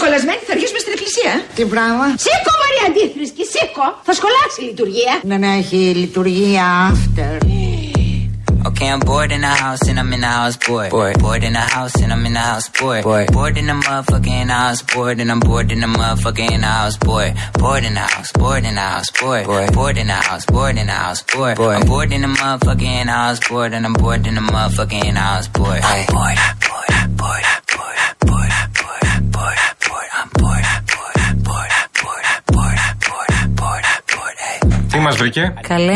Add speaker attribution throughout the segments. Speaker 1: σχολασμένοι θα αργήσουμε στην εκκλησία. ε.
Speaker 2: Τι πράγμα.
Speaker 1: Σήκω, Μαρία Αντίθρησκη, σήκω. Θα σχολάσει η λειτουργία.
Speaker 2: Δεν έχει λειτουργία after.
Speaker 3: Okay, I'm bored in the house and I'm in the house bored. Bored, bored in the house and I'm in the house bored. Bored, bored in the motherfucking house bored and I'm bored in the motherfucking house bored. Bored in the house, bored in the house bored. Bored, bored in the house, bored in the house bored. Bored, I'm bored in the motherfucking house bored and I'm bored in the motherfucking house bored. I'm bored, bored, bored, bored, bored, bored, bored, bored. I'm bored, bored, bored, bored, bored, bored, bored, bored. Hey.
Speaker 4: Τι μας βρήκε,
Speaker 5: Καλέ,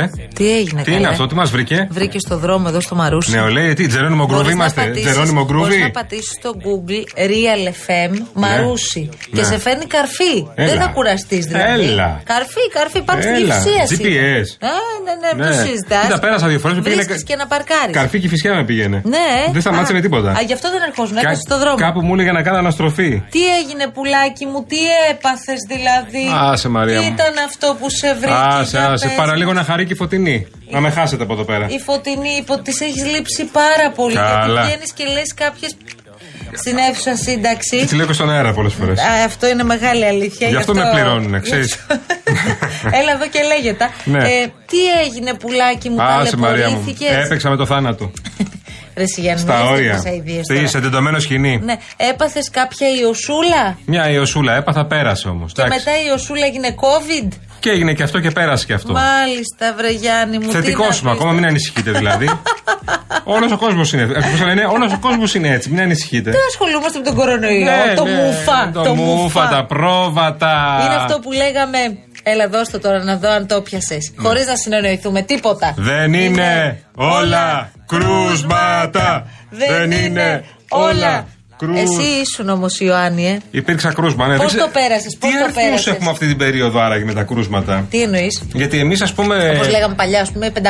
Speaker 4: ε?
Speaker 5: τι έγινε,
Speaker 4: Τι
Speaker 5: Ναι, καλέ.
Speaker 4: είναι αυτό, τι μας βρήκε.
Speaker 5: Βρήκε στο δρόμο εδώ στο Μαρούσι.
Speaker 4: Ναι, λέει, τι, Τζερόνιμο Γκρούβι
Speaker 5: Μπορείς να
Speaker 4: είμαστε.
Speaker 5: πατήσεις-
Speaker 4: Τζερόνιμο
Speaker 5: μπορείς να
Speaker 4: Γκρούβι.
Speaker 5: πατήσεις στο Google Real FM Μαρούσι και
Speaker 4: Ναι.
Speaker 5: σε φέρνει καρφί.
Speaker 4: Έλα.
Speaker 5: Δεν θα κουραστείς δηλαδή.
Speaker 4: Έλα.
Speaker 5: Καρφί, καρφί, πάμε στην
Speaker 4: Έλα.
Speaker 5: Κυψία.
Speaker 4: GPS.
Speaker 5: Α, ναι, ναι,
Speaker 4: Ναι.
Speaker 5: ναι. το συζητάς.
Speaker 4: Κοίτα, πέρασα δύο φορές, μου πήγαινε κα-
Speaker 5: και να παρκάρεις.
Speaker 4: Ε, Καρφί και φυσικά με πήγαινε.
Speaker 5: Ναι.
Speaker 4: Δεν σταμάτησε
Speaker 5: Α,
Speaker 4: με τίποτα.
Speaker 5: Α, γι' αυτό δεν ερχόσουν.
Speaker 4: Κα-
Speaker 5: Έκανε στο δρόμο.
Speaker 4: Κάπου μου έλεγε να κάνω αναστροφή.
Speaker 5: Τι έγινε, πουλάκι μου, τι έπαθες δηλαδή.
Speaker 4: Άσε, Μαρία
Speaker 5: Τι
Speaker 4: μου.
Speaker 5: ήταν αυτό που σε βρήκε.
Speaker 4: Άσε,
Speaker 5: για
Speaker 4: άσε.
Speaker 5: πες
Speaker 4: Παρά
Speaker 5: μου.
Speaker 4: λίγο να χαρεί και η φωτεινή. Να με χάσετε από εδώ πέρα.
Speaker 5: Η φωτεινή υπό της έχεις λείψει πάρα πολύ.
Speaker 4: Καλά.
Speaker 5: Γιατί βγαίνει και λες κάποιες στην αίθουσα σύνταξη.
Speaker 4: Τη λέω και στον αέρα πολλές φορές.
Speaker 5: Α, αυτό είναι μεγάλη αλήθεια.
Speaker 4: Γι' αυτό με πληρώνουνε, ξέρεις.
Speaker 5: Γι' αυτό- Έλα εδώ και λέγεται.
Speaker 4: Ναι.
Speaker 5: Ε, τι έγινε, πουλάκι μου,
Speaker 4: Άσε, Μαρία μου.
Speaker 5: ταλαιπωρήθηκες.
Speaker 4: Έπαιξα με το θάνατο.
Speaker 5: Ρε Σιγιάννη,
Speaker 4: Στα
Speaker 5: μη έχεις
Speaker 4: όρια.
Speaker 5: τέτοιες αηδίες
Speaker 4: Στη-
Speaker 5: τώρα.
Speaker 4: Σε τεντωμένο σκηνή.
Speaker 5: Ναι, έπαθες κάποια ιωσούλα.
Speaker 4: Μια ιωσούλα έπαθα, πέρασε όμως.
Speaker 5: Και μετά η ιωσούλα έγινε COVID.
Speaker 4: Και έγινε και αυτό και πέρασε και αυτό.
Speaker 5: Μάλιστα, βρε Γιάννη μου. τι
Speaker 4: Θετικός
Speaker 5: να
Speaker 4: σου,
Speaker 5: πεις
Speaker 4: ακόμα μην ανησυχείτε δηλαδή. Όλος ο κόσμος είναι, ε, πώς το λένε, όλος ο κόσμος είναι έτσι, μην ανησυχείτε.
Speaker 5: Δεν ασχολούμαστε με τον κορονοϊό.
Speaker 4: Ναι,
Speaker 5: το
Speaker 4: ναι,
Speaker 5: μουφα.
Speaker 4: Το, μουφα, τα πρόβατα.
Speaker 5: Είναι αυτό που λέγαμε. Έλα, δώστο τώρα να δω αν το πιασες. Χωρίς να συνεννοηθούμε τίποτα.
Speaker 4: Ναι. Δεν είναι όλα κρούσματα. Δεν είναι όλα
Speaker 5: Εσύ
Speaker 4: κρούσματα.
Speaker 5: ήσουν όμως, Ιωάννη, ε.
Speaker 4: Υπήρξα κρούσμα, ναι.
Speaker 5: Πώς
Speaker 4: δεν ξε-
Speaker 5: το πέρασες, πώς
Speaker 4: Τι
Speaker 5: το
Speaker 4: αριθμούς
Speaker 5: πέρασες.
Speaker 4: έχουμε αυτή την περίοδο άραγε με τα κρούσματα.
Speaker 5: Τι εννοείς.
Speaker 4: Γιατί εμείς, ας πούμε.
Speaker 5: Όπως λέγαμε παλιά, ας πούμε, 500.000.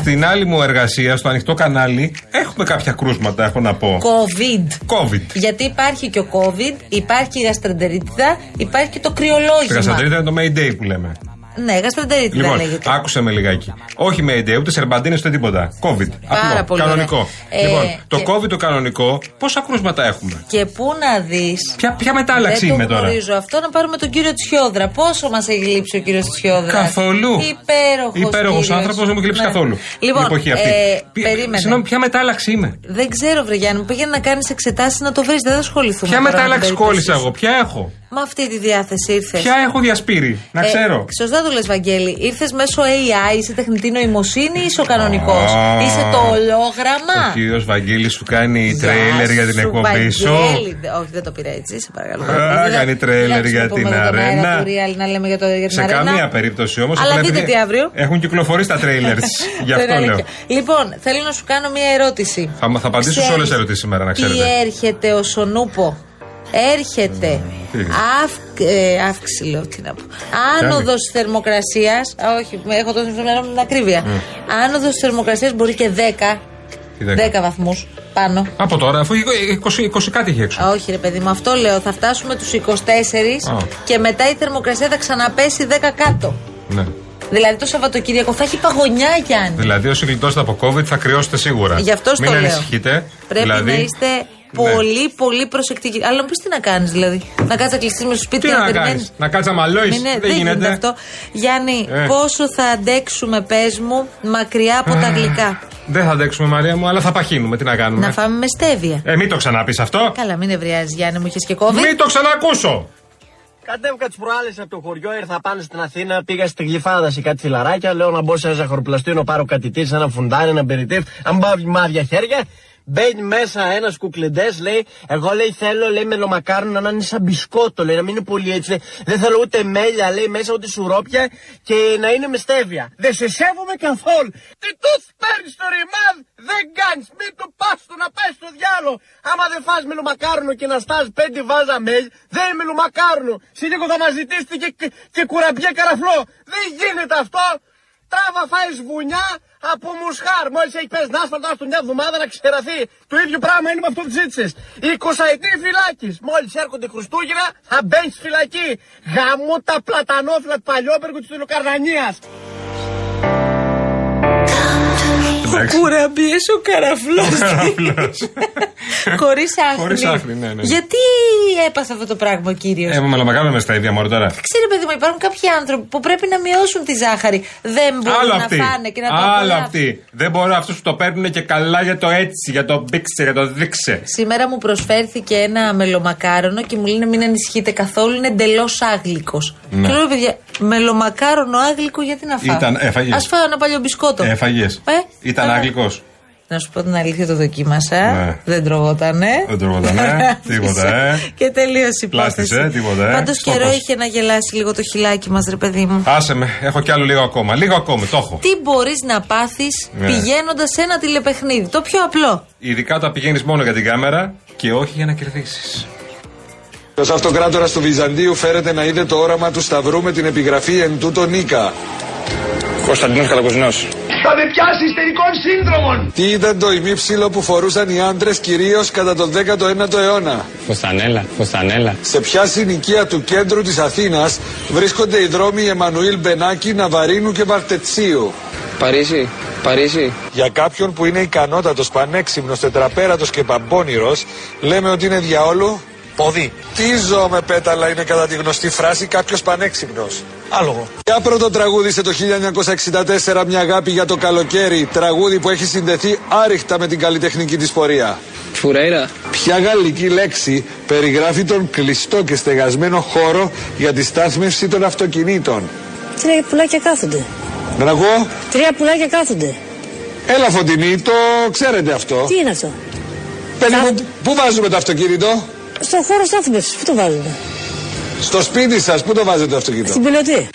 Speaker 4: Στην άλλη μου εργασία, στο ανοιχτό κανάλι, έχουμε κάποια κρούσματα, έχω να πω.
Speaker 5: COVID.
Speaker 4: COVID.
Speaker 5: Γιατί υπάρχει και ο COVID, υπάρχει και η γαστρεντερίτιδα, υπάρχει και το κρυολόγημα.
Speaker 4: Στην Κασταντρίνα ήταν το Mayday που λέμε.
Speaker 5: Ναι, γαστρεντερίτιδα
Speaker 4: Λοιπόν,
Speaker 5: λέγεται.
Speaker 4: άκουσε με λιγάκι. Όχι Mayday, ούτε σερμπαντίνε, ούτε τίποτα. COVID.
Speaker 5: Πάρα
Speaker 4: Απλό,
Speaker 5: πολύ
Speaker 4: κανονικό.
Speaker 5: ωραία. Ε,
Speaker 4: λοιπόν, το
Speaker 5: και-
Speaker 4: COVID το κανονικό, πόσα κρούσματα έχουμε.
Speaker 5: Και πού να δεις.
Speaker 4: Ποια, ποια μετάλλαξη
Speaker 5: Δεν
Speaker 4: είναι
Speaker 5: το
Speaker 4: τώρα.
Speaker 5: γνωρίζω αυτό. Να πάρουμε τον κύριο Τσιόδρα. Πόσο μας έχει λείψει ο κύριος Τσιόδρας.
Speaker 4: Καθόλου.
Speaker 5: Υπέροχος.
Speaker 4: Υπέροχος άνθρωπος, δεν μου έχει λείψει καθόλου.
Speaker 5: Λοιπόν,
Speaker 4: η εποχή αυτή.
Speaker 5: Ε,
Speaker 4: Ποι-
Speaker 5: περίμενε.
Speaker 4: Συγγνώμη, ποια μετάλλαξη είμαι.
Speaker 5: Δεν ξέρω, Βρε Γιάννη, μου πήγαινε να κάνεις εξετάσεις να το βρεις. Δεν θα ασχοληθούμε.
Speaker 4: Ποια
Speaker 5: τώρα με
Speaker 4: μετάλλαξη
Speaker 5: περιπτώσεις.
Speaker 4: κόλλησα εγώ, ποια έχω.
Speaker 5: Με αυτή τη διάθεση ήρθες.
Speaker 4: Ποια έχω διασπείρει,
Speaker 5: Ε,
Speaker 4: να ξέρω.
Speaker 5: σωστά το λες, Βαγγέλη. Ήρθες μέσω AI, είσαι τεχνητή νοημοσύνη ή είσαι ο κανονικός.
Speaker 4: Α,
Speaker 5: Είσαι το ολόγραμμα.
Speaker 4: Ο κύριος Βαγγέλης σου κάνει
Speaker 5: Γεια
Speaker 4: τρέιλερ για την
Speaker 5: σου,
Speaker 4: εκπομπή σου.
Speaker 5: Βαγγέλη. Δε- Όχι, δεν το πήρα έτσι, σε παρακαλώ.
Speaker 4: Α,
Speaker 5: Δεν θα-
Speaker 4: κάνει τρέιλερ
Speaker 5: δεν θα
Speaker 4: για
Speaker 5: πούμε
Speaker 4: την
Speaker 5: εδώ τον αέρα
Speaker 4: αρένα.
Speaker 5: του real, να λέμε για, το, για την
Speaker 4: Σε
Speaker 5: αρένα.
Speaker 4: καμία περίπτωση όμως.
Speaker 5: Αλλά δείτε τι αύριο.
Speaker 4: Έχουν κυκλοφορήσει τα τρέιλερ. Ε, Γι'
Speaker 5: Δεν
Speaker 4: αυτό
Speaker 5: είναι
Speaker 4: λέω.
Speaker 5: αλήθεια. Λοιπόν, θέλω να σου κάνω μία ερώτηση.
Speaker 4: Θα, θα απαντήσω σε
Speaker 5: Ξέρεις
Speaker 4: όλε τις ερωτήσεις σήμερα, να
Speaker 5: Τι ε-
Speaker 4: ξέρετε.
Speaker 5: έρχεται ο Σονούπο. Έρχεται
Speaker 4: τι.
Speaker 5: αύξ- ε, αύξηση, λέω τι να πω. Άνοδος θερμοκρασία. Όχι, έχω το στο μυαλό μου την ακρίβεια.
Speaker 4: Ναι.
Speaker 5: Άνοδος θερμοκρασίας μπορεί και 10,
Speaker 4: Τι
Speaker 5: 10
Speaker 4: δέκα.
Speaker 5: βαθμούς πάνω.
Speaker 4: Από τώρα, αφού 20, 20 κάτι έχει έξω.
Speaker 5: Α, Όχι, ρε παιδί μου, αυτό λέω. Θα φτάσουμε τους 24
Speaker 4: Α.
Speaker 5: και μετά η θερμοκρασία θα ξαναπέσει 10 κάτω.
Speaker 4: Ναι.
Speaker 5: Δηλαδή το Σαββατοκύριακο θα έχει παγωνιά, Γιάννη.
Speaker 4: Δηλαδή, όσοι γλιτώσετε από COVID θα κρυώσετε σίγουρα.
Speaker 5: Γι' αυτό
Speaker 4: Μην
Speaker 5: το λέω.
Speaker 4: ανησυχείτε.
Speaker 5: Πρέπει
Speaker 4: δηλαδή,
Speaker 5: να είστε
Speaker 4: ναι.
Speaker 5: πολύ, πολύ προσεκτικοί. Αλλά μου πεις τι να κάνεις, δηλαδή. Να κάτσεις να κλειστείς με στο σπίτι
Speaker 4: Τι
Speaker 5: και να
Speaker 4: να
Speaker 5: περιμένεις.
Speaker 4: κάνεις, Να κάτσεις να μαλώσεις.
Speaker 5: Ναι, ναι,
Speaker 4: δεν γίνεται.
Speaker 5: αυτό. Γιάννη,
Speaker 4: Ε.
Speaker 5: πόσο θα αντέξουμε, πες μου, μακριά από
Speaker 4: Ε.
Speaker 5: τα γλυκά.
Speaker 4: Δεν θα αντέξουμε, Μαρία μου, αλλά θα παχύνουμε. Τι να κάνουμε.
Speaker 5: Να φάμε με στέβια.
Speaker 4: Ε, μην το ξαναπείς αυτό.
Speaker 5: Καλά, μην ευριάζει, Γιάννη, μου είχες και κόβει.
Speaker 4: Μην το ξανακούσω.
Speaker 6: Κατέβηκα τις προάλλες από το χωριό, ήρθα πάνω στην Αθήνα, πήγα στη γλυφάδα σε κάτι φιλαράκια. Λέω να μπω σε ένα ζαχαροπλαστή, να πάρω κάτι τί, ένα φουντάνι, ένα περιτύφ. Αν πάω μάδια χέρια, μπαίνει μέσα ένας κουκλεντές, λέει: Εγώ λέει θέλω, λέει μελομακάρουνα να είναι σαν μπισκότο, λέει να μην είναι πολύ έτσι. Λέει. Δεν θέλω ούτε μέλια, λέει μέσα, ούτε σουρόπια και να είναι με στέβια. Δεν σε σέβομαι καθόλου. Τι τους παίρνεις το ρημάδ, δεν κάνεις, μην το πας του να πα στο διάλογο. Άμα δεν φας μελομακάρονο και να στάς πέντε βάζα μέλ, δεν είναι μελομακάρονο. Σε λίγο θα μας ζητήσετε και, και, και κουραμπιέ καραφλό. Δεν γίνεται αυτό. Τράβα φάεις βουνιά από μουσχάρ. Μόλις έχει πέσει να άσπαρτο του μια εβδομάδα να ξεραθεί. Το ίδιο πράγμα είναι με αυτό που ζήτησες. 20 ετή φυλάκης. Μόλις έρχονται Χριστούγεννα θα μπαίνεις στη φυλακή. Γαμώ τα πλατανόφυλλα του παλιόπεργου της Τηλοκαρνανίας.
Speaker 4: εντάξει.
Speaker 5: κουραμπιέ ο καραφλός.
Speaker 4: Καραφλός.
Speaker 5: Χωρίς άχνη.
Speaker 4: Χωρίς άχνη, ναι, ναι.
Speaker 5: Γιατί έπαθε αυτό το πράγμα ο κύριος.
Speaker 4: Ε, μαλαμακάμε με στα ίδια μωρέ τώρα.
Speaker 5: Ξέρει, παιδί μου, υπάρχουν κάποιοι άνθρωποι που πρέπει να μειώσουν τη ζάχαρη. Δεν μπορούν
Speaker 4: Άλλο
Speaker 5: να
Speaker 4: αυτή.
Speaker 5: φάνε και να το
Speaker 4: Άλλο
Speaker 5: απολαύσουν.
Speaker 4: αυτή. Δεν μπορώ αυτούς που το παίρνουν και καλά για το έτσι, για το μπήξε, για το δείξε.
Speaker 5: Σήμερα μου προσφέρθηκε ένα μελομακάρονο και μου λένε μην ανησυχείτε καθόλου, είναι εντελώς άγλικος.
Speaker 4: Ναι.
Speaker 5: Και λέω, «Ρε παιδιά, μελομακάρονο άγλικο γιατί να φάω.
Speaker 4: Ήταν- έφαγες.
Speaker 5: Ας φάω ένα παλιό μπισκότο.
Speaker 4: Έφαγες.
Speaker 5: Ε,
Speaker 4: Ήταν
Speaker 5: καλά.
Speaker 4: άγγλικο.
Speaker 5: Να σου πω την αλήθεια, το δοκίμασα.
Speaker 4: Ναι.
Speaker 5: Δεν τροβότανε.
Speaker 4: Δεν τροβότανε. Τίποτα, ε.
Speaker 5: Και τελείωσε η
Speaker 4: Πλάστησε,
Speaker 5: υπόθεση.
Speaker 4: τίποτα, ε.
Speaker 5: Πάντως
Speaker 4: Στόχος.
Speaker 5: καιρό είχε να γελάσει λίγο το χιλάκι μας, ρε παιδί μου.
Speaker 4: Άσε με, έχω κι άλλο λίγο ακόμα. Λίγο ακόμα, το έχω.
Speaker 5: Τι μπορείς να πάθεις
Speaker 4: Ναι.
Speaker 5: πηγαίνοντας σε ένα τηλεπαιχνίδι. Το πιο απλό.
Speaker 4: Ειδικά όταν πηγαίνεις μόνο για την κάμερα και όχι για να κερδίσεις.
Speaker 7: Ο αυτοκράτορας του Βυζαντίου φέρεται να είδε το όραμα του Σταυρού με την επιγραφή εν τούτο Νίκα.
Speaker 8: Κωνσταντινός Καλακοσνός.
Speaker 9: Θα με πιάσει ιστερικών σύνδρομων.
Speaker 7: Τι ήταν το ημίψιλο που φορούσαν οι άντρες κυρίως κατά τον 19ο αιώνα.
Speaker 8: Φωστανέλα, Φωστανέλα.
Speaker 7: Σε ποια συνοικία του κέντρου της Αθήνας βρίσκονται οι δρόμοι Εμμανουήλ Μπενάκη, Ναβαρίνου και Βαρτετσίου.
Speaker 8: Παρίσι, Παρίσι.
Speaker 7: Για κάποιον που είναι ικανότατος, πανέξυπνος, τετραπέρατος και παμπώνυρος, λέμε ότι είναι διαόλου. Πόδι. Τι ζώο με πέταλα είναι κατά τη γνωστή φράση κάποιος πανέξυπνος. Άλογο. Για πρώτο τραγούδισε το 1964 μια αγάπη για το καλοκαίρι, τραγούδι που έχει συνδεθεί άρρηκτα με την καλλιτεχνική της πορεία.
Speaker 8: Φουρέιρα.
Speaker 7: Ποια γαλλική λέξη περιγράφει τον κλειστό και στεγασμένο χώρο για τη στάθμευση των αυτοκινήτων.
Speaker 10: Τρία πουλάκια κάθονται.
Speaker 7: Μπραγό,
Speaker 10: Τρία πουλάκια κάθονται.
Speaker 7: έλα φωτεινή, το ξέρετε αυτό.
Speaker 10: Τι είναι αυτό.
Speaker 7: Παιδί μου, πού βάζουμε το αυτοκίνητο.
Speaker 10: Στο χώρο στάθμευση. Πού το βάζουμε.
Speaker 7: Στο σπίτι σας, πού το βάζετε το αυτοκίνητο.
Speaker 10: Στην πιλωτή.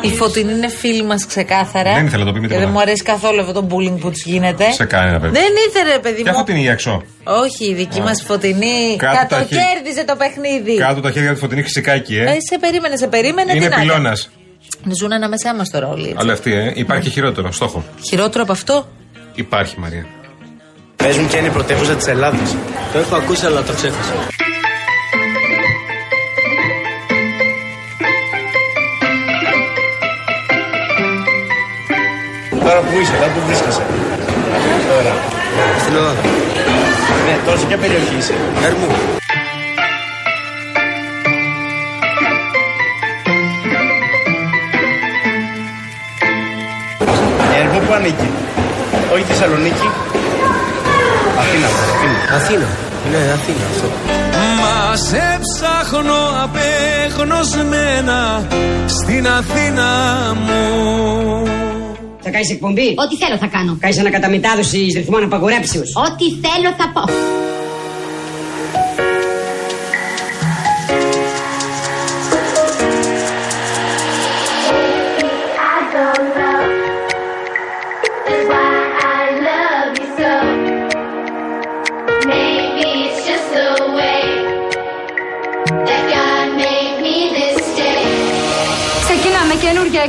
Speaker 5: Η φωτεινή είναι φίλη μας ξεκάθαρα.
Speaker 4: Δεν ήθελα να το πει με
Speaker 5: Και
Speaker 4: τίποτα.
Speaker 5: Δεν μου αρέσει καθόλου αυτό το bullying που της γίνεται.
Speaker 4: Σε κανένα παιδί.
Speaker 5: Δεν ήθελε, παιδί
Speaker 4: Και
Speaker 5: μου.
Speaker 4: έχω την υγεία έξω.
Speaker 5: Όχι, η δική μας φωτεινή.
Speaker 4: Κάτω τα χέρια.
Speaker 5: Κατοκέρδιζε το παιχνίδι.
Speaker 4: Κάτω τα χέρια του φωτεινή φυσικάκι,
Speaker 5: Ε,
Speaker 4: ε.
Speaker 5: σε περίμενε, σε περίμενε. τι
Speaker 4: Είναι
Speaker 5: να κάνει.
Speaker 4: πυλώνας.
Speaker 5: Ζουν ανάμεσά μας τώρα όλοι. έτσι.
Speaker 4: Αλλά αυτή, ε. Υπάρχει χειρότερο. Στόχο.
Speaker 5: Χειρότερο από αυτό.
Speaker 4: Υπάρχει, Μαρία.
Speaker 6: Πε μου, ποια είναι η πρωτεύουσα της Ελλάδα. Το έχω ακούσει, αλλά το ξέχασα. Τώρα που είσαι, τώρα που βρίσκεσαι. Τώρα. Στην Ελλάδα. Ναι, τόσο και περιοχή είσαι. Ερμού. Ερμού που Ε, ανήκει. Όχι Θεσσαλονίκη. Αθήνα. Αθήνα. Ναι, Αθήνα αυτό.
Speaker 9: Μας σε ψάχνω απεγνωσμένα στην Αθήνα μου.
Speaker 10: Θα κάνεις εκπομπή.
Speaker 1: Ό,τι θέλω θα κάνω.
Speaker 10: Κάνει ανακαταμετάδοση εις ρυθμών απαγορέψεως.
Speaker 1: Ό,τι θέλω θα πω.
Speaker 11: Ξεκινάμε καινούργια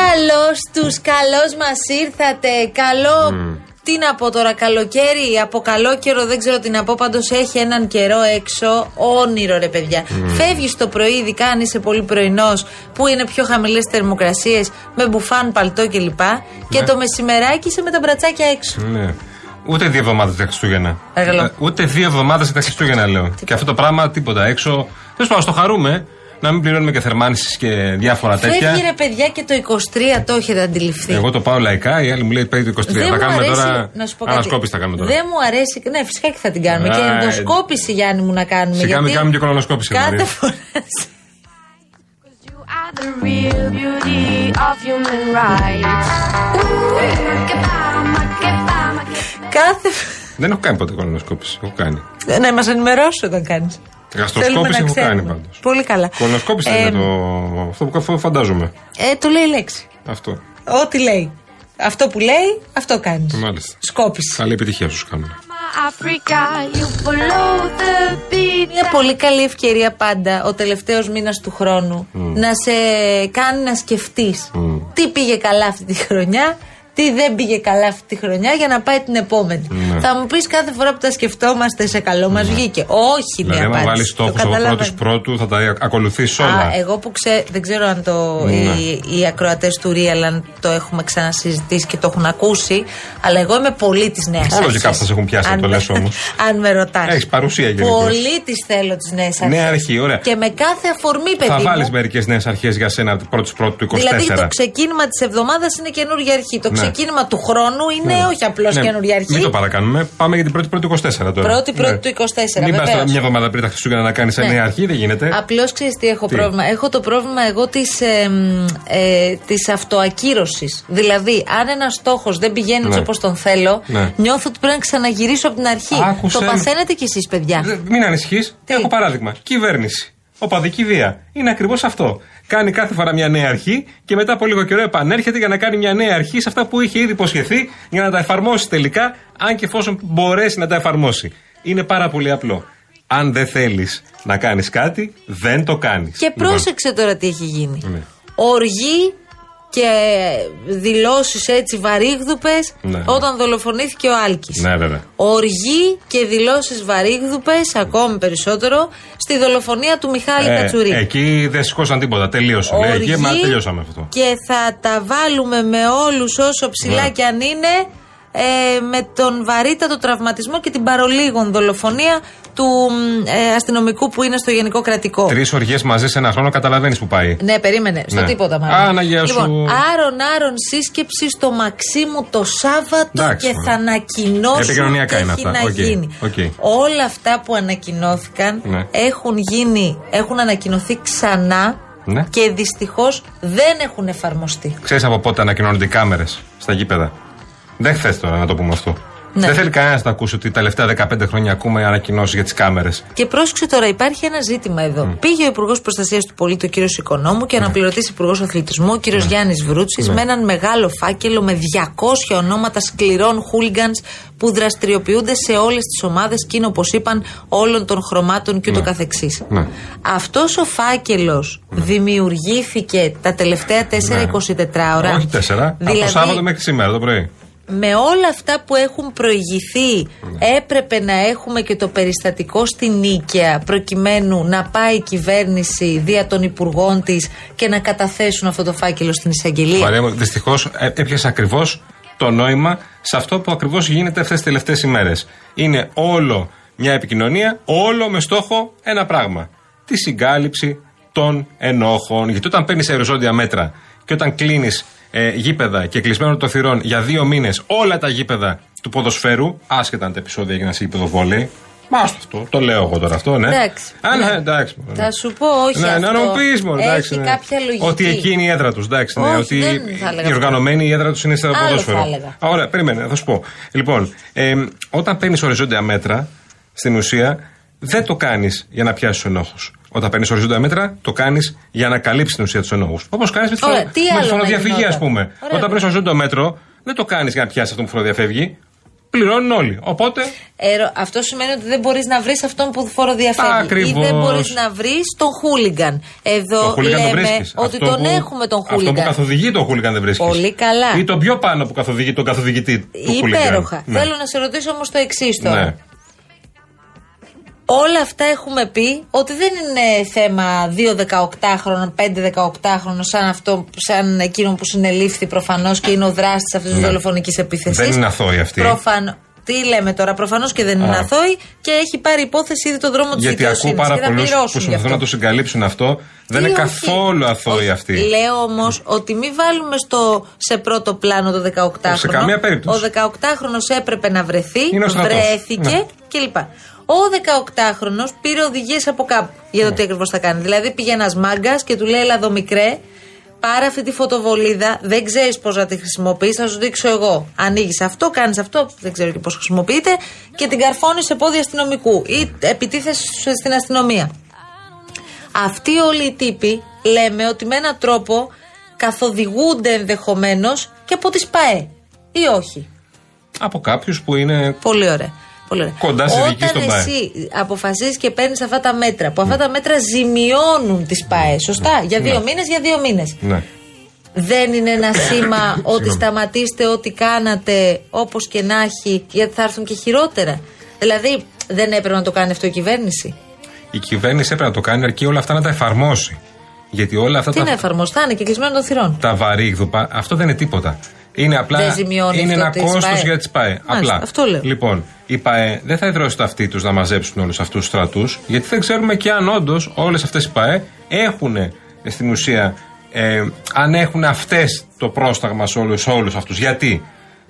Speaker 5: Καλώ τους, καλώς μας ήρθατε. Καλό. Τι να πω τώρα, καλοκαίρι, από καλό καιρό, δεν ξέρω τι να πω. Πάντως έχει έναν καιρό έξω. Όνειρο, ρε παιδιά. Φεύγεις το πρωί, ειδικά αν είσαι πολύ πρωινός, που είναι πιο χαμηλές θερμοκρασίες, με μπουφάν, παλτό κλπ. Και, το μεσημεράκι είσαι με τα μπρατσάκια έξω.
Speaker 4: Ναι. Ούτε δύο εβδομάδες τα Χριστούγεννα.
Speaker 5: Ε, καλό.
Speaker 4: Ε, Ούτε δύο εβδομάδες τα Χριστούγεννα, λέω. Και αυτό το πράγμα τίποτα έξω. Τέλος πάντων, στο χαρούμε. Να μην πληρώνουμε και θερμάνσει και διάφορα τέτοια.
Speaker 5: Φεύγει ρε παιδιά και το 23 το έχετε αντιληφθεί.
Speaker 4: Εγώ το πάω λαϊκά, η άλλη μου λέει πάει το 23.
Speaker 5: Δεν
Speaker 4: θα
Speaker 5: μου
Speaker 4: κάνουμε
Speaker 5: αρέσει,
Speaker 4: τώρα.
Speaker 5: να σου πω κάτι.
Speaker 4: Ανασκόπηση θα κάνουμε τώρα.
Speaker 5: Δεν μου αρέσει. Ναι, φυσικά και θα την κάνουμε.
Speaker 4: Α,
Speaker 5: και
Speaker 4: ε,
Speaker 5: ενδοσκόπηση, Γιάννη μου, να κάνουμε.
Speaker 4: Σιγά μην
Speaker 5: γιατί
Speaker 4: κάνουμε και κολονοσκόπηση, δηλαδή.
Speaker 5: Κάθε
Speaker 4: Μαρία.
Speaker 5: φοράς.
Speaker 11: ah,
Speaker 5: κάθε...
Speaker 4: Δεν έχω κάνει ποτέ κολονοσκόπηση. Έχω κάνει.
Speaker 5: Να μα ενημερώσει όταν κάνεις.
Speaker 4: Γαστροσκόπηση έχω κάνει πάντως.
Speaker 5: Πολύ καλά.
Speaker 4: Κολονοσκόπηση
Speaker 5: Ε,
Speaker 4: είναι το. αυτό που φαντάζομαι.
Speaker 5: Ε, το λέει η λέξη.
Speaker 4: Αυτό.
Speaker 5: Ό,τι λέει. Αυτό που λέει, αυτό κάνεις.
Speaker 4: Μάλιστα.
Speaker 5: Σκόπιση.
Speaker 4: Καλή επιτυχία σου κάνουν.
Speaker 5: Είναι πολύ καλή ευκαιρία πάντα ο τελευταίος μήνας του χρόνου
Speaker 4: Mm.
Speaker 5: να σε κάνει να σκεφτείς τι πήγε καλά αυτή τη χρονιά, τι δεν πήγε καλά αυτή τη χρονιά για να πάει την επόμενη.
Speaker 4: Ναι.
Speaker 5: Θα μου πεις κάθε φορά που τα σκεφτόμαστε, σε καλό μας βγήκε. Όχι,
Speaker 4: Δηλαδή,
Speaker 5: ναι,
Speaker 4: άμα βάλεις στόχους από πρώτους πρώτου, θα τα ακολουθείς όλα.
Speaker 5: Α, εγώ που ξέρω, δεν ξέρω αν το,
Speaker 4: Ναι.
Speaker 5: οι, οι ακροατές του Real αν το έχουμε ξανασυζητήσει και το έχουν ακούσει, αλλά εγώ είμαι πολύ της νέας
Speaker 4: Όλο οι κάπου θα σε έχουν πιάσει, να το λες όμως.
Speaker 5: αν με ρωτάς.
Speaker 4: Έχεις παρουσία γενικώς.
Speaker 5: Πολύ τι θέλω τι νέε αρχέ.
Speaker 4: Νέα αρχή, ωραία.
Speaker 5: Και με κάθε αφορμή, παιδί.
Speaker 4: Θα
Speaker 5: μου,
Speaker 4: βάλεις μερικές νέες αρχές για σένα πρώτη πρώτου του 24.
Speaker 5: Δηλαδή το ξεκίνημα της εβδομάδας είναι καινούργια αρχή. Το
Speaker 4: Ναι.
Speaker 5: ξεκίνημα του χρόνου είναι
Speaker 4: Ναι.
Speaker 5: όχι απλώς
Speaker 4: Ναι,
Speaker 5: καινούργια αρχή.
Speaker 4: Μην το παρακάνουμε. Πάμε για την πρώτη πρώτη 24 τώρα. Ναι.
Speaker 5: Πρώτη πρώτη του 24,
Speaker 4: Μην πας
Speaker 5: βεβαίως.
Speaker 4: τώρα μια εβδομάδα πριν τα Χριστούγεννα να κάνεις
Speaker 5: Ναι.
Speaker 4: νέα αρχή, δεν γίνεται.
Speaker 5: Απλώς ξέρεις τι έχω
Speaker 4: Τι?
Speaker 5: πρόβλημα. Έχω το πρόβλημα εγώ της ε, μ, ε, της αυτοακύρωσης. Δηλαδή, αν ένας στόχος δεν πηγαίνει έτσι
Speaker 4: Ναι.
Speaker 5: όπως τον θέλω,
Speaker 4: Ναι.
Speaker 5: νιώθω ότι πρέπει να ξαναγυρίσω από την αρχή.
Speaker 4: Άκουσες
Speaker 5: Το
Speaker 4: με.
Speaker 5: παθαίνετε κι εσείς, παιδιά.
Speaker 4: Δε- Μην ανησυχείς. Έχω παράδειγμα. Κυβέρνηση. Οπαδική βία. Είναι ακριβώς αυτό. Κάνει κάθε φορά μια νέα αρχή και μετά από λίγο καιρό επανέρχεται για να κάνει μια νέα αρχή σε αυτά που είχε ήδη υποσχεθεί για να τα εφαρμόσει τελικά, αν και εφόσον μπορέσει να τα εφαρμόσει. Είναι πάρα πολύ απλό. Αν δεν θέλεις να κάνεις κάτι, δεν το κάνεις.
Speaker 5: Και πρόσεξε τώρα τι έχει γίνει.
Speaker 4: Λοιπόν. Ναι.
Speaker 5: Οργή και δηλώσεις έτσι βαρύγδουπες
Speaker 4: Ναι.
Speaker 5: όταν δολοφονήθηκε ο Άλκης.
Speaker 4: Ναι, βέβαια.
Speaker 5: Οργή και δηλώσεις βαρύγδουπες ακόμη περισσότερο στη δολοφονία του Μιχάλη
Speaker 4: Ε,
Speaker 5: Κατσουρί.
Speaker 4: εκεί δεν σηκώσαν τίποτα. Τελείωσε. Λέει, εκεί, μα τελειώσαμε αυτό.
Speaker 5: Και θα τα βάλουμε με όλους όσο ψηλά
Speaker 4: Ναι.
Speaker 5: κι αν είναι ε, με τον βαρύτατο τραυματισμό και την παρολίγων δολοφονία του μ, ε, αστυνομικού που είναι στο Γενικό Κρατικό.
Speaker 4: Τρεις οργές μαζί σε ένα χρόνο καταλαβαίνεις που πάει.
Speaker 5: Ναι, περίμενε. Στο
Speaker 4: Ναι.
Speaker 5: τίποτα μάλλον.
Speaker 4: Άνα, γεια σου.
Speaker 5: Λοιπόν, Άρον Άρον σύσκεψη στο Μαξίμου το Σάββατο
Speaker 4: Εντάξει,
Speaker 5: και
Speaker 4: μωρέ.
Speaker 5: θα ανακοινώσω.
Speaker 4: Επικοινωνιακά
Speaker 5: τι
Speaker 4: είναι
Speaker 5: έχει
Speaker 4: αυτά.
Speaker 5: Να
Speaker 4: Οκ,
Speaker 5: γίνει.
Speaker 4: οκ.
Speaker 5: Όλα αυτά που ανακοινώθηκαν
Speaker 4: Ναι.
Speaker 5: έχουν γίνει, έχουν ανακοινωθεί ξανά
Speaker 4: Ναι.
Speaker 5: και δυστυχώς δεν έχουν εφαρμοστεί.
Speaker 4: Ξέρεις από πότε ανακοινώνονται οι κάμερες στα γήπεδα. Δεν θε τώρα να το πούμε αυτό.
Speaker 5: Ναι.
Speaker 4: Δεν θέλει κανένας να τα ακούσει ότι τα τελευταία 15 χρόνια ακούμε ανακοινώσεις για τις κάμερες.
Speaker 5: Και πρόσεξε τώρα, υπάρχει ένα ζήτημα εδώ.
Speaker 4: Ναι.
Speaker 5: Πήγε ο Υπουργός Προστασίας του Πολίτη, ο κύριος Οικονόμου, και αναπληρωτής Υπουργός Αθλητισμού, ο κύριος Γιάννης Βρούτσης,
Speaker 12: Ναι.
Speaker 5: με έναν μεγάλο φάκελο με 200 ονόματα σκληρών χούλιγκαν που δραστηριοποιούνται σε όλες τις ομάδες και όπως είπαν, όλων των χρωμάτων και ούτω καθεξής.
Speaker 12: Ναι.
Speaker 5: Αυτός ο φάκελος
Speaker 4: Ναι.
Speaker 5: δημιουργήθηκε τα τελευταία 4-24 ώρα.
Speaker 4: Όχι τέσσερα. Από
Speaker 5: Δηλαδή-
Speaker 4: το Σάββατο μέχρι σήμερα το πρωί.
Speaker 5: με όλα αυτά που έχουν προηγηθεί
Speaker 4: Ναι.
Speaker 5: έπρεπε να έχουμε και το περιστατικό στην Νίκαια προκειμένου να πάει η κυβέρνηση δια των υπουργών της και να καταθέσουν αυτό το φάκελο στην εισαγγελία.
Speaker 4: Μαρία μου, δυστυχώς έπιασε ακριβώς ε, το νόημα σε αυτό που ακριβώς γίνεται αυτές τις τελευταίες ημέρες. Είναι όλο μια επικοινωνία, όλο με στόχο ένα πράγμα. Τη συγκάλυψη των ενόχων. Γιατί όταν παίρνεις οριζόντια μέτρα και όταν κλείνεις ε, γήπεδα και κλεισμένο των θυρών για δύο μήνες όλα τα γήπεδα του ποδοσφαίρου, άσχετα αν τα επεισόδια έγιναν σε γήπεδο βόλεϊ. Μα αυτό, το λέω εγώ τώρα αυτό, ναι.
Speaker 5: Εντάξει.
Speaker 4: Α, ναι,
Speaker 5: Ναι.
Speaker 4: εντάξει.
Speaker 5: Θα σου πω όχι
Speaker 4: Ναι,
Speaker 5: αυτό.
Speaker 4: να μου πεις, μωρέ,
Speaker 5: Έχει
Speaker 4: εντάξει, ναι.
Speaker 5: κάποια λογική.
Speaker 4: Ότι εκεί είναι η έδρα τους. Εντάξει, ναι,
Speaker 5: Όχι,
Speaker 4: ότι
Speaker 5: δεν θα έλεγα
Speaker 4: η
Speaker 5: αυτό.
Speaker 4: οργανωμένη έδρα τους είναι στο
Speaker 5: Άλλο θα
Speaker 4: ποδόσφαιρο.
Speaker 5: έλεγα.
Speaker 4: Α, Ωραία, περίμενε, θα σου πω. Λοιπόν, ε, όταν παίρνεις οριζόντια μέτρα, στην ουσία δεν το κάνεις για να πιάσεις τους ενόχους. Όταν παίρνεις οριζόντια μέτρα, το κάνεις για να καλύψεις την ουσία τους ενόχους. Όπως κάνεις με τη φο-
Speaker 5: Ωραία, τι
Speaker 4: με
Speaker 5: άλλο
Speaker 4: τη
Speaker 5: να
Speaker 4: φοροδιαφυγή,
Speaker 5: γινόταν.
Speaker 4: ας πούμε.
Speaker 5: Ωραία.
Speaker 4: Όταν παίρνεις οριζόντιο μέτρο, δεν το κάνεις για να πιάσεις αυτόν που φοροδιαφεύγει. Πληρώνουν όλοι. Οπότε
Speaker 5: Ερω- αυτό σημαίνει ότι δεν μπορείς να βρεις αυτόν που φοροδιαφεύγει.
Speaker 4: Ακριβώς.
Speaker 5: Ή δεν μπορείς να βρεις τον χούλιγκαν. Εδώ
Speaker 4: το χούλιγκαν
Speaker 5: λέμε
Speaker 4: τον βρίσκεις.
Speaker 5: ότι τον έχουμε τον
Speaker 4: Αυτό που
Speaker 5: χούλιγκαν.
Speaker 4: καθοδηγεί τον χούλιγκαν δεν βρίσκεις.
Speaker 5: Πολύ καλά.
Speaker 4: Ή τον πιο πάνω που καθοδηγεί τον καθοδηγητή του χούλιγκαν.
Speaker 5: Υπέροχα.
Speaker 4: Ναι.
Speaker 5: Θέλω να σε ρωτήσω όμως το εξής τώρα.
Speaker 4: Ναι.
Speaker 5: Όλα αυτά έχουμε πει ότι δεν είναι θέμα 2 18χρονων, 5 18χρονων, σαν, αυτό, σαν εκείνο που συνελήφθη προφανώς και είναι ο δράστης αυτής της
Speaker 4: Ναι.
Speaker 5: δολοφονικής επίθεσης.
Speaker 4: Δεν είναι αθώοι αυτοί.
Speaker 5: Προφαν... Τι λέμε τώρα, προφανώς και δεν είναι
Speaker 4: Α.
Speaker 5: αθώοι και έχει πάρει υπόθεση ήδη τον δρόμο της
Speaker 4: Γιατί ακούω
Speaker 5: δικαιοσύνη.
Speaker 4: πάρα
Speaker 5: και θα
Speaker 4: πολλού που
Speaker 5: πληρώσουν γι'
Speaker 4: προσπαθούν
Speaker 5: αυτό.
Speaker 4: να το συγκαλύψουν αυτό. δεν είναι
Speaker 5: όχι.
Speaker 4: καθόλου αθώοι αυτοί.
Speaker 5: Λέω όμως ότι μην βάλουμε στο, σε πρώτο πλάνο το 18χρονο.
Speaker 4: Σε καμία περίπτωση.
Speaker 5: Ο 18χρονο έπρεπε να βρεθεί,
Speaker 4: Είναι ο στρατός.
Speaker 5: βρέθηκε
Speaker 4: Ναι.
Speaker 5: κλπ. Ο 18χρονο πήρε οδηγίες από κάπου για
Speaker 4: Ναι.
Speaker 5: το τι ακριβώς θα κάνει. Δηλαδή πήγε ένας μάγκας και του λέει: Ελά, εδώ μικρέ, πάρε αυτή τη φωτοβολίδα, δεν ξέρεις πώς να τη χρησιμοποιείς, θα σου δείξω εγώ. Ανοίγεις αυτό, κάνεις αυτό, δεν ξέρω και πώς χρησιμοποιείται, και την καρφώνεις σε πόδι αστυνομικού ή επιτίθεση στους- στην αστυνομία. Αυτοί όλοι οι τύποι λέμε ότι με έναν τρόπο καθοδηγούνται ενδεχομένως και από τις ΠΑΕ. Ή όχι.
Speaker 4: Από κάποιους που είναι.
Speaker 5: Πολύ ωραία. Πολύ ωραία.
Speaker 4: Κοντά στη δική στον
Speaker 5: Όταν
Speaker 4: ΠΑΕ.
Speaker 5: εσύ αποφασίζεις και παίρνεις αυτά τα μέτρα, που αυτά τα μέτρα ζημιώνουν τις ΠΑΕ, σωστά, για δύο
Speaker 4: Ναι.
Speaker 5: μήνες, για δύο μήνες.
Speaker 4: Ναι.
Speaker 5: Δεν είναι ένα σήμα ότι
Speaker 4: Συγγνώμη.
Speaker 5: σταματήστε ό,τι κάνατε όπως και να έχει, γιατί θα έρθουν και χειρότερα. Δηλαδή, δεν έπρεπε να το κάνει αυτό η κυβέρνηση.
Speaker 4: Η κυβέρνηση έπρεπε να το κάνει αρκεί όλα αυτά να τα εφαρμόσει. Γιατί όλα αυτά
Speaker 5: Τι
Speaker 4: τα,
Speaker 5: να εφαρμοστά, είναι και κλεισμένο των θυρών.
Speaker 4: τα βαρύγδουπα, αυτό δεν είναι τίποτα. Είναι απλά
Speaker 5: Δεν ζημιώνει
Speaker 4: είναι
Speaker 5: αυτό
Speaker 4: ένα
Speaker 5: της
Speaker 4: κόστο
Speaker 5: ΠΑΕ.
Speaker 4: για τις ΠΑΕ.
Speaker 5: Μάλιστα,
Speaker 4: Απλά.
Speaker 5: αυτό λέω.
Speaker 4: Λοιπόν, οι ΠΑΕ δεν θα εδρώσει τα αυτή του να μαζέψουν όλους αυτούς τους στρατούς, γιατί δεν ξέρουμε και αν όντως όλες αυτές οι ΠΑΕ έχουν στην ουσία, ε, αν έχουν αυτές το πρόσταγμα σε όλους όλους αυτούς. Γιατί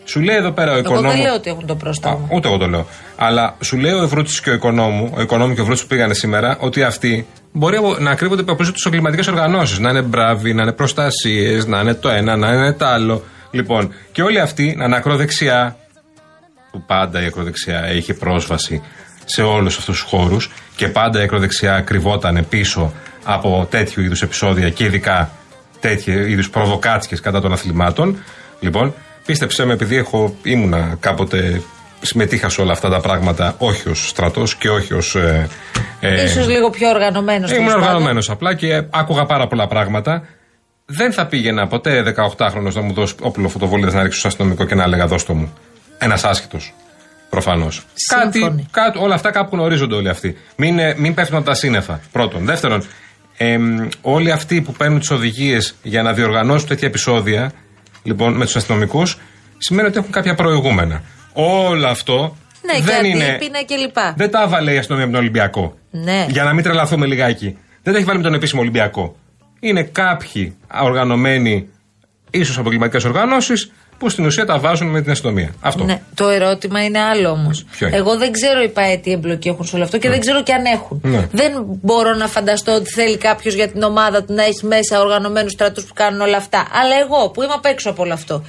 Speaker 4: σου λέει εδώ πέρα ο
Speaker 5: Εγώ
Speaker 4: οικονόμο.
Speaker 5: δεν λέω ότι έχουν το
Speaker 4: Α,
Speaker 5: πρόσταγμα.
Speaker 4: ούτε εγώ το λέω. Αλλά σου λέει ο Ευρούτη και ο Οικονόμου, ο Οικονόμου και ο Ευρούτη που πήγανε σήμερα, ότι αυτοί μπορεί να κρύβονται πίσω τους εγκληματικές οργανώσεις. Να είναι μπράβοι, να είναι προστασίες, να είναι το ένα, να είναι το άλλο. Λοιπόν, και όλοι αυτοί να είναι ακροδεξιά, που πάντα η ακροδεξιά έχει πρόσβαση σε όλους αυτούς τους χώρους και πάντα η ακροδεξιά κρυβόταν πίσω από τέτοιου είδους επεισόδια και ειδικά τέτοιου είδους προβοκάτσιες κατά των αθλημάτων. Λοιπόν, πίστεψέ με επειδή έχω, ήμουνα κάποτε συμμετείχα σε όλα αυτά τα πράγματα όχι ως στρατός και όχι ως... Ε, ε,
Speaker 5: Ίσως λίγο πιο οργανωμένος.
Speaker 4: Ήμουν οργανωμένος απλά και άκουγα πάρα πολλά πράγματα. Δεν θα πήγαινα ποτέ 18χρονο να μου δώσει όπλο φωτοβολίδα να ρίξω στο αστυνομικό και να έλεγα δώστο μου. Ένας άσχετος. Προφανώς. Κάτι, κάτι, όλα αυτά κάπου γνωρίζονται όλοι αυτοί. Μην, ε, μην πέφτουν από τα σύννεφα. Πρώτον. Δεύτερον, εμ, όλοι αυτοί που παίρνουν τις οδηγίες για να διοργανώσουν τέτοια επεισόδια λοιπόν, με τους αστυνομικούς σημαίνει ότι έχουν κάποια προηγούμενα. Όλο αυτό
Speaker 5: Ναι,
Speaker 4: δεν
Speaker 5: και
Speaker 4: είναι.
Speaker 5: αντίπεινα κλπ.
Speaker 4: Δεν τα έβαλε η αστυνομία με τον Ολυμπιακό.
Speaker 5: Ναι.
Speaker 4: Για να μην τρελαθούμε λιγάκι. Δεν τα έχει βάλει με τον επίσημο Ολυμπιακό. Είναι κάποιοι οργανωμένοι, ίσως από εγκληματικές οργανώσεις, που στην ουσία τα βάζουν με την αστυνομία. Αυτό. Ε,
Speaker 5: Ναι. Το ερώτημα είναι άλλο όμως.
Speaker 4: Ποιο είναι?
Speaker 5: Εγώ δεν ξέρω οι ΠΑΕ τι εμπλοκή έχουν σε όλο αυτό και δεν ξέρω και αν έχουν.
Speaker 4: Ναι.
Speaker 5: Δεν μπορώ να φανταστώ ότι θέλει κάποιος για την ομάδα του να έχει μέσα οργανωμένους στρατούς που κάνουν όλα αυτά. Αλλά εγώ που είμαι απ' έξω από όλο αυτό.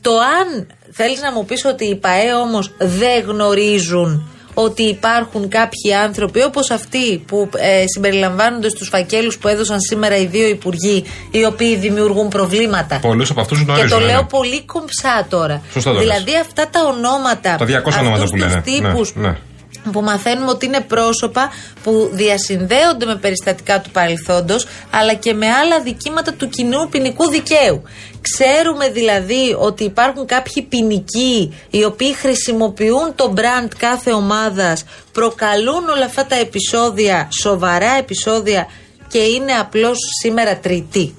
Speaker 5: Το αν θέλει να μου πεις ότι οι ΠΑΕ όμως δεν γνωρίζουν ότι υπάρχουν κάποιοι άνθρωποι όπως αυτοί που ε, συμπεριλαμβάνονται στους φακέλους που έδωσαν σήμερα οι δύο υπουργοί οι οποίοι δημιουργούν προβλήματα
Speaker 4: Πολλούς από αυτούς
Speaker 5: και το
Speaker 4: γνωρίζουν.
Speaker 5: λέω
Speaker 4: ναι.
Speaker 5: πολύ κομψά τώρα.
Speaker 4: Σωστά το λες.
Speaker 5: δηλαδή αυτά τα ονόματα.
Speaker 4: Τα 200 ονόματα
Speaker 5: αυτούς
Speaker 4: που λένε.
Speaker 5: τους τύπους
Speaker 4: Ναι, ναι.
Speaker 5: που μαθαίνουμε ότι είναι πρόσωπα που διασυνδέονται με περιστατικά του παρελθόντος αλλά και με άλλα δικήματα του κοινού ποινικού δικαίου. Ξέρουμε δηλαδή ότι υπάρχουν κάποιοι ποινικοί οι οποίοι χρησιμοποιούν το μπραντ κάθε ομάδας, προκαλούν όλα αυτά τα επεισόδια, σοβαρά επεισόδια και είναι απλώς σήμερα τριτή.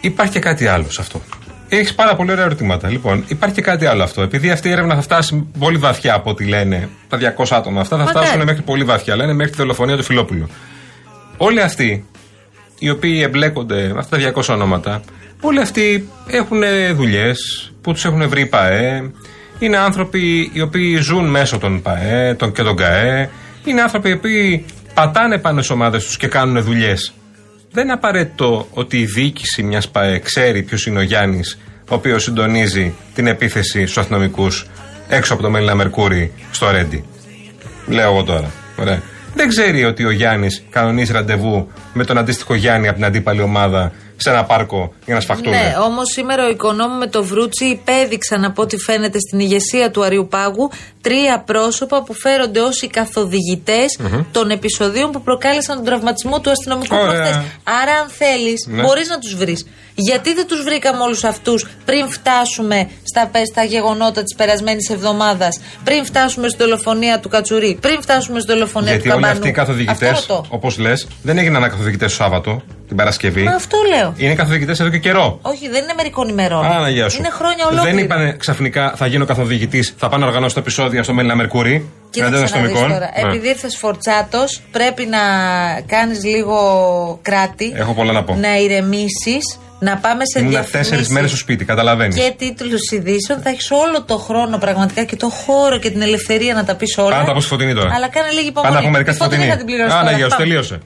Speaker 4: Υπάρχει και κάτι άλλο σε αυτό. Έχεις πάρα πολύ ωραία ερωτήματα. Λοιπόν, υπάρχει και κάτι άλλο αυτό. Επειδή αυτή η έρευνα θα φτάσει πολύ βαθιά από ό,τι λένε τα 200 άτομα αυτά, θα
Speaker 5: Μακάρι.
Speaker 4: φτάσουν μέχρι πολύ βαθιά. Λένε μέχρι τη δολοφονία του Φιλόπουλου. Όλοι αυτοί οι οποίοι εμπλέκονται με αυτά τα 200 ονόματα, όλοι αυτοί έχουν δουλειές που τους έχουν βρει οι ΠΑΕ. Είναι άνθρωποι οι οποίοι ζουν μέσω των ΠΑΕ των και των ΚΑΕ. Είναι άνθρωποι οι οποίοι πατάνε πάνω στις ομάδες τους και κάνουν δουλειές. Δεν είναι απαραίτητο ότι η διοίκηση μιας ΠΑΕ ξέρει ποιος είναι ο Γιάννης, ο οποίος συντονίζει την επίθεση στους αστυνομικούς έξω από το Μέλινα Μερκούρι στο Ρέντι. Λέω εγώ τώρα. Ωραία. Δεν ξέρει ότι ο Γιάννης κανονίζει ραντεβού με τον αντίστοιχο Γιάννη από την αντίπαλη ομάδα σε ένα πάρκο για να σφαχτούν.
Speaker 5: Ναι, όμως σήμερα ο οικονόμου με το Βρούτσι υπέδειξαν από ό,τι φαίνεται στην ηγεσία του Αριουπάγου τρία πρόσωπα που φέρονται ως οι καθοδηγητε των επεισοδίων που προκάλεσαν τον τραυματισμό του αστυνομικού
Speaker 4: Ωραία.
Speaker 5: προχθές. Άρα, αν θέλεις,
Speaker 4: Ναι.
Speaker 5: μπορείς να τους βρεις. Γιατί δεν τους βρήκαμε όλους αυτούς πριν φτάσουμε στα, πε- στα γεγονότα της περασμένης εβδομάδας, πριν φτάσουμε στη δολοφονία του Κατσουρί, πριν φτάσουμε στη δολοφονία
Speaker 4: Γιατί
Speaker 5: ναι, του
Speaker 4: όλοι
Speaker 5: Καμπανού.
Speaker 4: αυτοί οι καθοδηγητές,
Speaker 5: Αυτό ρωτώ.
Speaker 4: όπως λες, δεν έγιναν καθοδηγητές το Σάββατο, την Παρασκευή.
Speaker 5: Μα αυτό λέω.
Speaker 4: Είναι καθοδηγητές εδώ και καιρό.
Speaker 5: Όχι, δεν είναι μερικών ημερών.
Speaker 4: Άναγια σου.
Speaker 5: Είναι χρόνια ολόκληρα.
Speaker 4: Δεν είπαν ξαφνικά θα γίνω καθοδηγητής, θα πάω να οργανώσω τα επεισόδια στο Μέλινα Μερκούρι. εναντίον
Speaker 5: Κοίταξε να δεις
Speaker 4: αστυνομικών.
Speaker 5: τώρα.
Speaker 4: Ναι.
Speaker 5: Επειδή ήρθες φορτσάτος, πρέπει να κάνεις λίγο κράτη.
Speaker 4: Έχω πολλά να πω.
Speaker 5: Να ηρεμήσεις, να πάμε σε
Speaker 4: Ήμουν
Speaker 5: διαφημίσεις
Speaker 4: τέσσερις μέρες στο σπίτι, καταλαβαίνεις.
Speaker 5: Και τίτλους ειδήσεων. Θα έχεις όλο το χρόνο πραγματικά και το χώρο και την ελευθερία να τα πεις όλα.
Speaker 4: Πάμε να τα πω στη φωτεινή τώρα.
Speaker 5: Αλλά κάνε λίγη
Speaker 4: Πάμε
Speaker 5: υπομονή.
Speaker 4: να πούμε μερικά
Speaker 5: Τη
Speaker 4: στη φωτεινή.
Speaker 5: θα την πληρώσει.
Speaker 4: Άναγια σου, τελείωσε.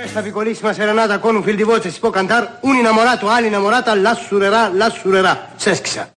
Speaker 12: Questa piccolissima serenata con un fil di voce si può cantare un innamorato all'innamorato la surerà, la surerà. Sescha.